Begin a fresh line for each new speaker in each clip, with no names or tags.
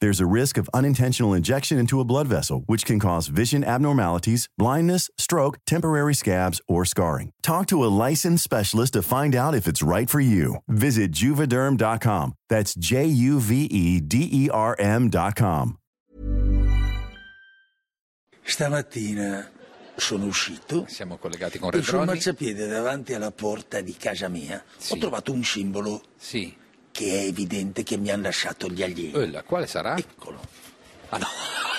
There's a risk of unintentional injection into a blood vessel, which can cause vision abnormalities, blindness, stroke, temporary scabs, or scarring. Talk to a licensed specialist to find out if it's right for you. Visit juvederm.com. That's J U V E D E R M.com.
Stamattina sono uscito
Siamo collegati con
e sul
Redroni.
marciapiede davanti alla porta di casa mia ho trovato un simbolo
Sì.
che è evidente che mi hanno lasciato gli alieni.
Quella, quale sarà?
Eccolo.
Ah,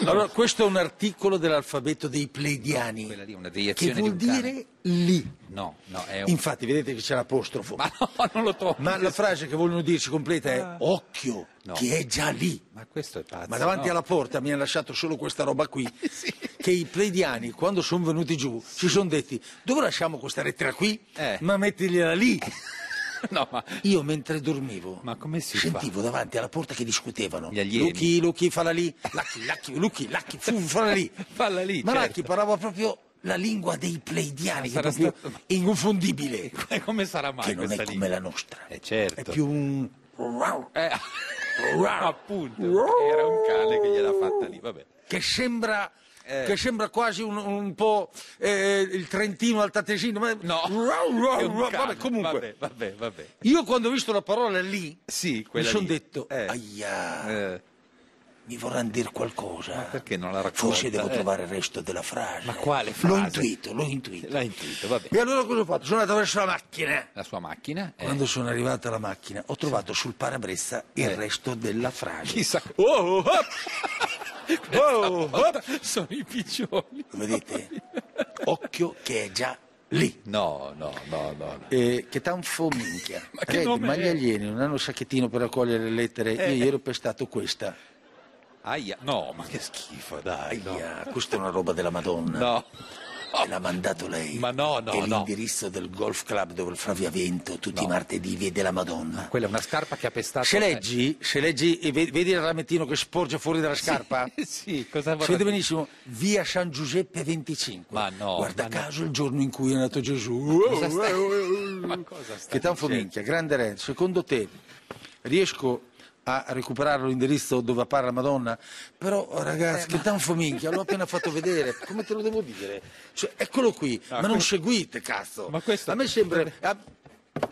Allora, questo è un articolo dell'alfabeto dei pleidiani.
Quella lì, una
che
deiezione
vuol
di un cane.
dire lì.
No, no, è un...
Infatti, vedete che c'è l'apostrofo.
Ma no, non lo trovo.
Ma la frase che vogliono dirci completa è occhio,
No.
che è già lì.
Ma questo è pazzo.
Ma davanti
no?
alla porta mi hanno lasciato solo questa roba qui. Che i pleidiani, quando sono venuti giù, si sono detti: dove lasciamo questa lettera qui?
Eh.
Ma mettigliela lì.
No, ma...
Io mentre dormivo
Ma come si
sentivo davanti alla porta che discutevano.
Gli alieni.
Lucchi, Lucchi, falla lì. Lacchi, Lacchi, Lucchi, Lacchi, fu, falla lì.
Falla lì,
Ma
certo.
Lacchi parlava proprio la lingua dei pleidiani, che è
Sarà
proprio
stato-
inconfondibile.
fa? Come sarà mai
Che non
questa
è
lì?
come la nostra.
Eh, certo.
È più un...
Eh, appunto, era un cane che gliel'ha fatta lì, vabbè.
che sembra,
Eh.
che sembra quasi un, un po' eh, il Trentino altatesino. Ma...
No,
Rau, rau,
è un
rau.
cane.
Vabbè, comunque,
Vabbè, vabbè, vabbè.
io quando ho visto la parola lì,
Sì,
mi
quella
sono
lì.
detto,
Eh,
aia,
eh,
mi vorranno dire qualcosa.
perché non la racconta?
Forse devo
Eh.
trovare il resto della frase.
Ma quale
L'ho
frase?
intuito, l'ho intuito.
l'ha intuito, vabbè.
E allora cosa ho fatto? Sono andato verso la macchina.
La sua macchina è...
Quando sono arrivato alla macchina ho trovato sul parabrezza
Eh.
il resto della frase.
Chissà...
Oh, oh, oh. Oh, oh.
Sono i piccioni.
Lo vedete? Occhio che è già lì.
No, no, no, no. no.
Eh, che tanfo minchia.
Ma che
Red,
nome
ma
è? Eh.
gli alieni non hanno sacchettino per raccogliere le lettere. Io ieri ho pestato questa.
Aia, no, ma che schifo, dai. no.
Aia, questa è una roba della Madonna.
No.
Me l'ha mandato lei.
Ma no, no,
È
no.
l'indirizzo del golf club dove il Fraviavento tutti i martedì vede la Madonna.
Quella è una scarpa che ha pestato.
Se leggi, se leggi e ve- vedi il ramettino che sporge fuori dalla scarpa?
Eh, Sì, cosa
Si
vorrà
vede
dire?
benissimo, via San Giuseppe 25.
Ma no,
Guarda
ma no.
caso il giorno in cui è nato Gesù.
cosa stai- ma cosa stai
che tanfo
dicendo?
minchia, grande Ren, secondo te riesco a recuperare l'indirizzo dove appare la Madonna? Però oh, ragazzi,
Eh,
che tanfo minchia, l'ho appena fatto vedere, come te lo devo dire? Cioè, eccolo qui, ma non seguite, cazzo.
Ma questo-
A me sembra...
ah,
A...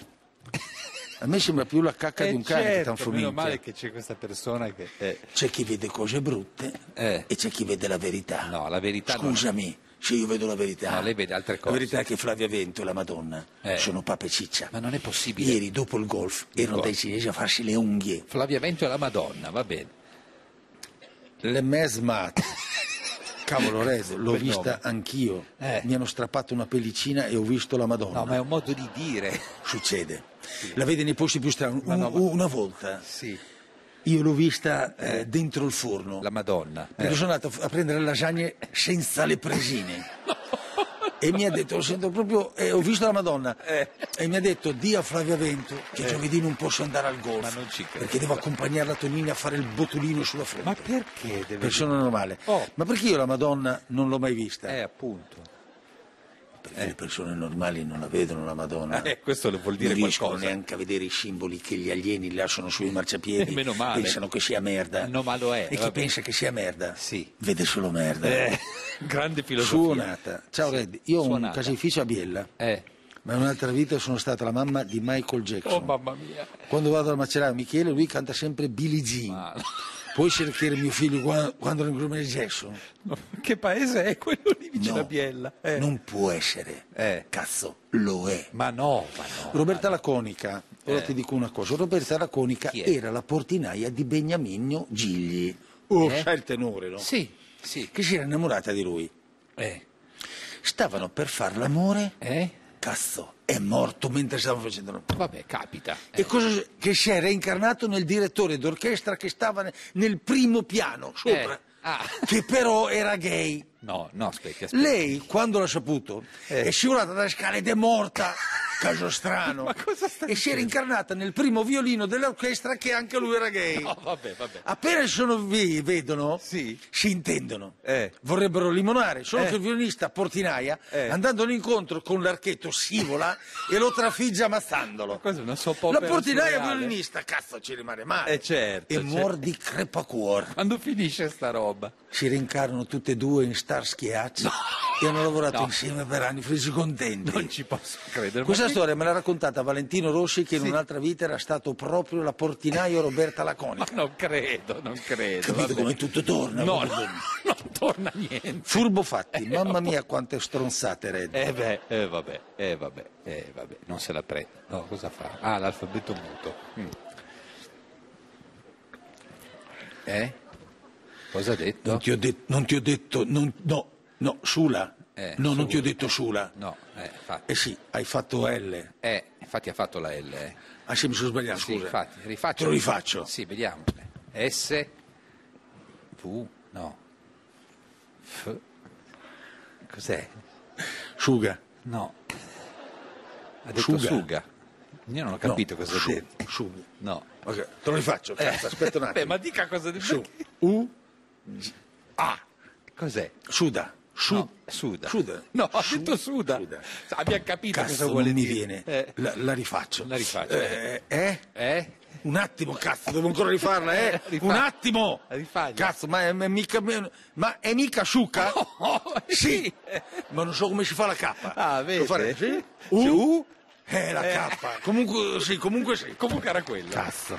a me sembra più la cacca
Eh,
di un cane che
certo,
tanfo
meno
minchia.
male che c'è questa persona che... eh,
C'è chi vede cose brutte
Eh.
e c'è chi vede la verità.
No, la verità non-
Scusami, se io vedo la verità.
No, Ah, lei vede altre cose.
La verità è che Flavia Vento e la Madonna
Eh.
sono pape ciccia.
Ma non è possibile.
Ieri, dopo il golf, erano
golf.
dai cinesi a farsi le unghie.
Flavia Vento e la Madonna, va bene.
Le mesmate. Cavolo Red, l'ho
Bel
vista
nome.
anch'io.
Eh.
Mi hanno strappato una pellicina e ho visto la Madonna.
No, ma è un modo di dire.
Succede. La vede nei posti più strani. Un-
no, ma-
Una volta
Sì,
io l'ho vista eh, dentro il forno.
la Madonna.
Perché sono andato a prendere le lasagne senza le presine. E mi ha detto, sento proprio, eh, ho visto la Madonna,
Eh.
e mi ha detto, di a Flavia Vento che giovedì non posso andare al golf,
Ma non ci credo.
perché devo accompagnare la Tonina a fare il botulino sulla fronte.
Ma perché deve...
Persona normale.
Oh.
Ma perché io la Madonna non l'ho mai vista?
Eh, appunto.
perché le persone normali non la vedono la Madonna.
Eh, questo vuol dire
non riescono
qualcosa.
neanche a vedere i simboli che gli alieni lasciano sui marciapiedi.
Eh, meno male.
Pensano che sia merda.
No, ma lo è,
E chi
vabbè.
pensa che sia merda
Sì.
vede solo merda.
Eh, grande filosofia.
Suonata. Ciao Red, io ho un
Suonata.
caseificio a Biella,
Eh.
ma in un'altra vita sono stata la mamma di Michael Jackson.
Oh mamma mia.
Quando vado al maceraio Michele, lui canta sempre Billie Jean.
Ma-
Puoi cercare mio figlio qua- quando era in Grumere Jackson?
No, Che paese è quello lì vicino
No,
a Biella? Eh.
Non può essere.
Eh.
Cazzo, lo è.
Ma no, ma no.
Roberta Laconica, ora ti dico una cosa, Roberta Laconica
Eh. Chi è?
era la portinaia di Beniamino Gigli. Oh, sai il tenore, no?
Sì, sì.
Che si era innamorata di lui.
Eh.
Stavano per far l'amore.
Eh?
Cazzo, è morto mentre stavano facendo l'amore.
Vabbè, capita. Eh,
E cosa, che si è reincarnato nel direttore d'orchestra che stava ne- nel primo piano sopra,
Eh, ah.
che però era gay.
No, no, aspetti, aspetti.
Lei, quando l'ha saputo,
Eh.
è scivolata dalle scale ed è morta. Caso strano.
Ma cosa sta
e si è reincarnata nel primo violino dell'orchestra che anche lui era gay.
No, vabbè, vabbè.
Appena sono vi vedono,
Sì.
si intendono.
Eh.
Vorrebbero limonare, solo che il violinista portinaia,
Eh.
andandone incontro con l'archetto, scivola e lo trafigge ammazzandolo.
Questo è una soap
La
opera
portinaia
surreale.
violinista, cazzo, ci rimane male.
Eh, certo,
E
certo.
muor di crepacuor.
Quando finisce sta roba?
Si reincarnano tutte e due in Starsky e Hutch e hanno lavorato
No.
insieme per anni, felici e contenti.
Non ci posso credere. ma
Questa
che-
storia me l'ha raccontata Valentino Rossi che in un'altra vita era stato proprio la portinaia Roberta
Ma
Laconica.
non credo, non credo.
Capito
vabbè.
come tutto torna?
No,
Come
no,
torna.
non torna niente.
Furbo fatti, mamma mia quante stronzate Red.
Eh beh, eh vabbè, eh vabbè, eh vabbè, non se la prende. No, cosa fa? Ah, l'alfabeto muto. Mm. Eh? Cosa ha detto?
Non ti ho, de- non ti ho detto, non- no, no, Sula.
Eh,
no, non
Sula.
ti ho detto Sula.
No, eh, infatti.
Eh sì, hai fatto L.
Eh, infatti ha fatto la L. eh.
Ah sì, mi sono sbagliato,
Sì,
scusa.
infatti, rifaccio.
Te lo rifaccio.
Sì, vediamo. S, V, no. F. Cos'è?
Suga.
No. Ha detto
Suga.
suga. Io non ho capito
No,
cosa ha
su-
detto.
Suga.
No.
Ok, te lo rifaccio, cazzo, aspetta un attimo.
Beh, ma dica cosa di
Su.
perché-
U.
Ah, cos'è?
Suda. Su.
No, suda.
Suda.
No, ha
Su-
detto suda.
suda.
Abbiamo capito
Cazzo,
cosa vuole
non mi
dire.
viene.
Eh.
La, la rifaccio.
La rifaccio,
Eh, eh?
Eh?
Un attimo, cazzo, devo ancora rifarla, eh?
Rifa-
Un attimo!
Rifaglia.
Cazzo, ma è, ma è mica... Ma è mica Sciuca?
Oh,
Sì! Ma non so come si fa la K.
Ah, vedi?
Lo farei, sì?
C'è
U?
U?
Eh, la
Eh.
K. Comunque sì, comunque sì.
Comunque era quello.
Cazzo.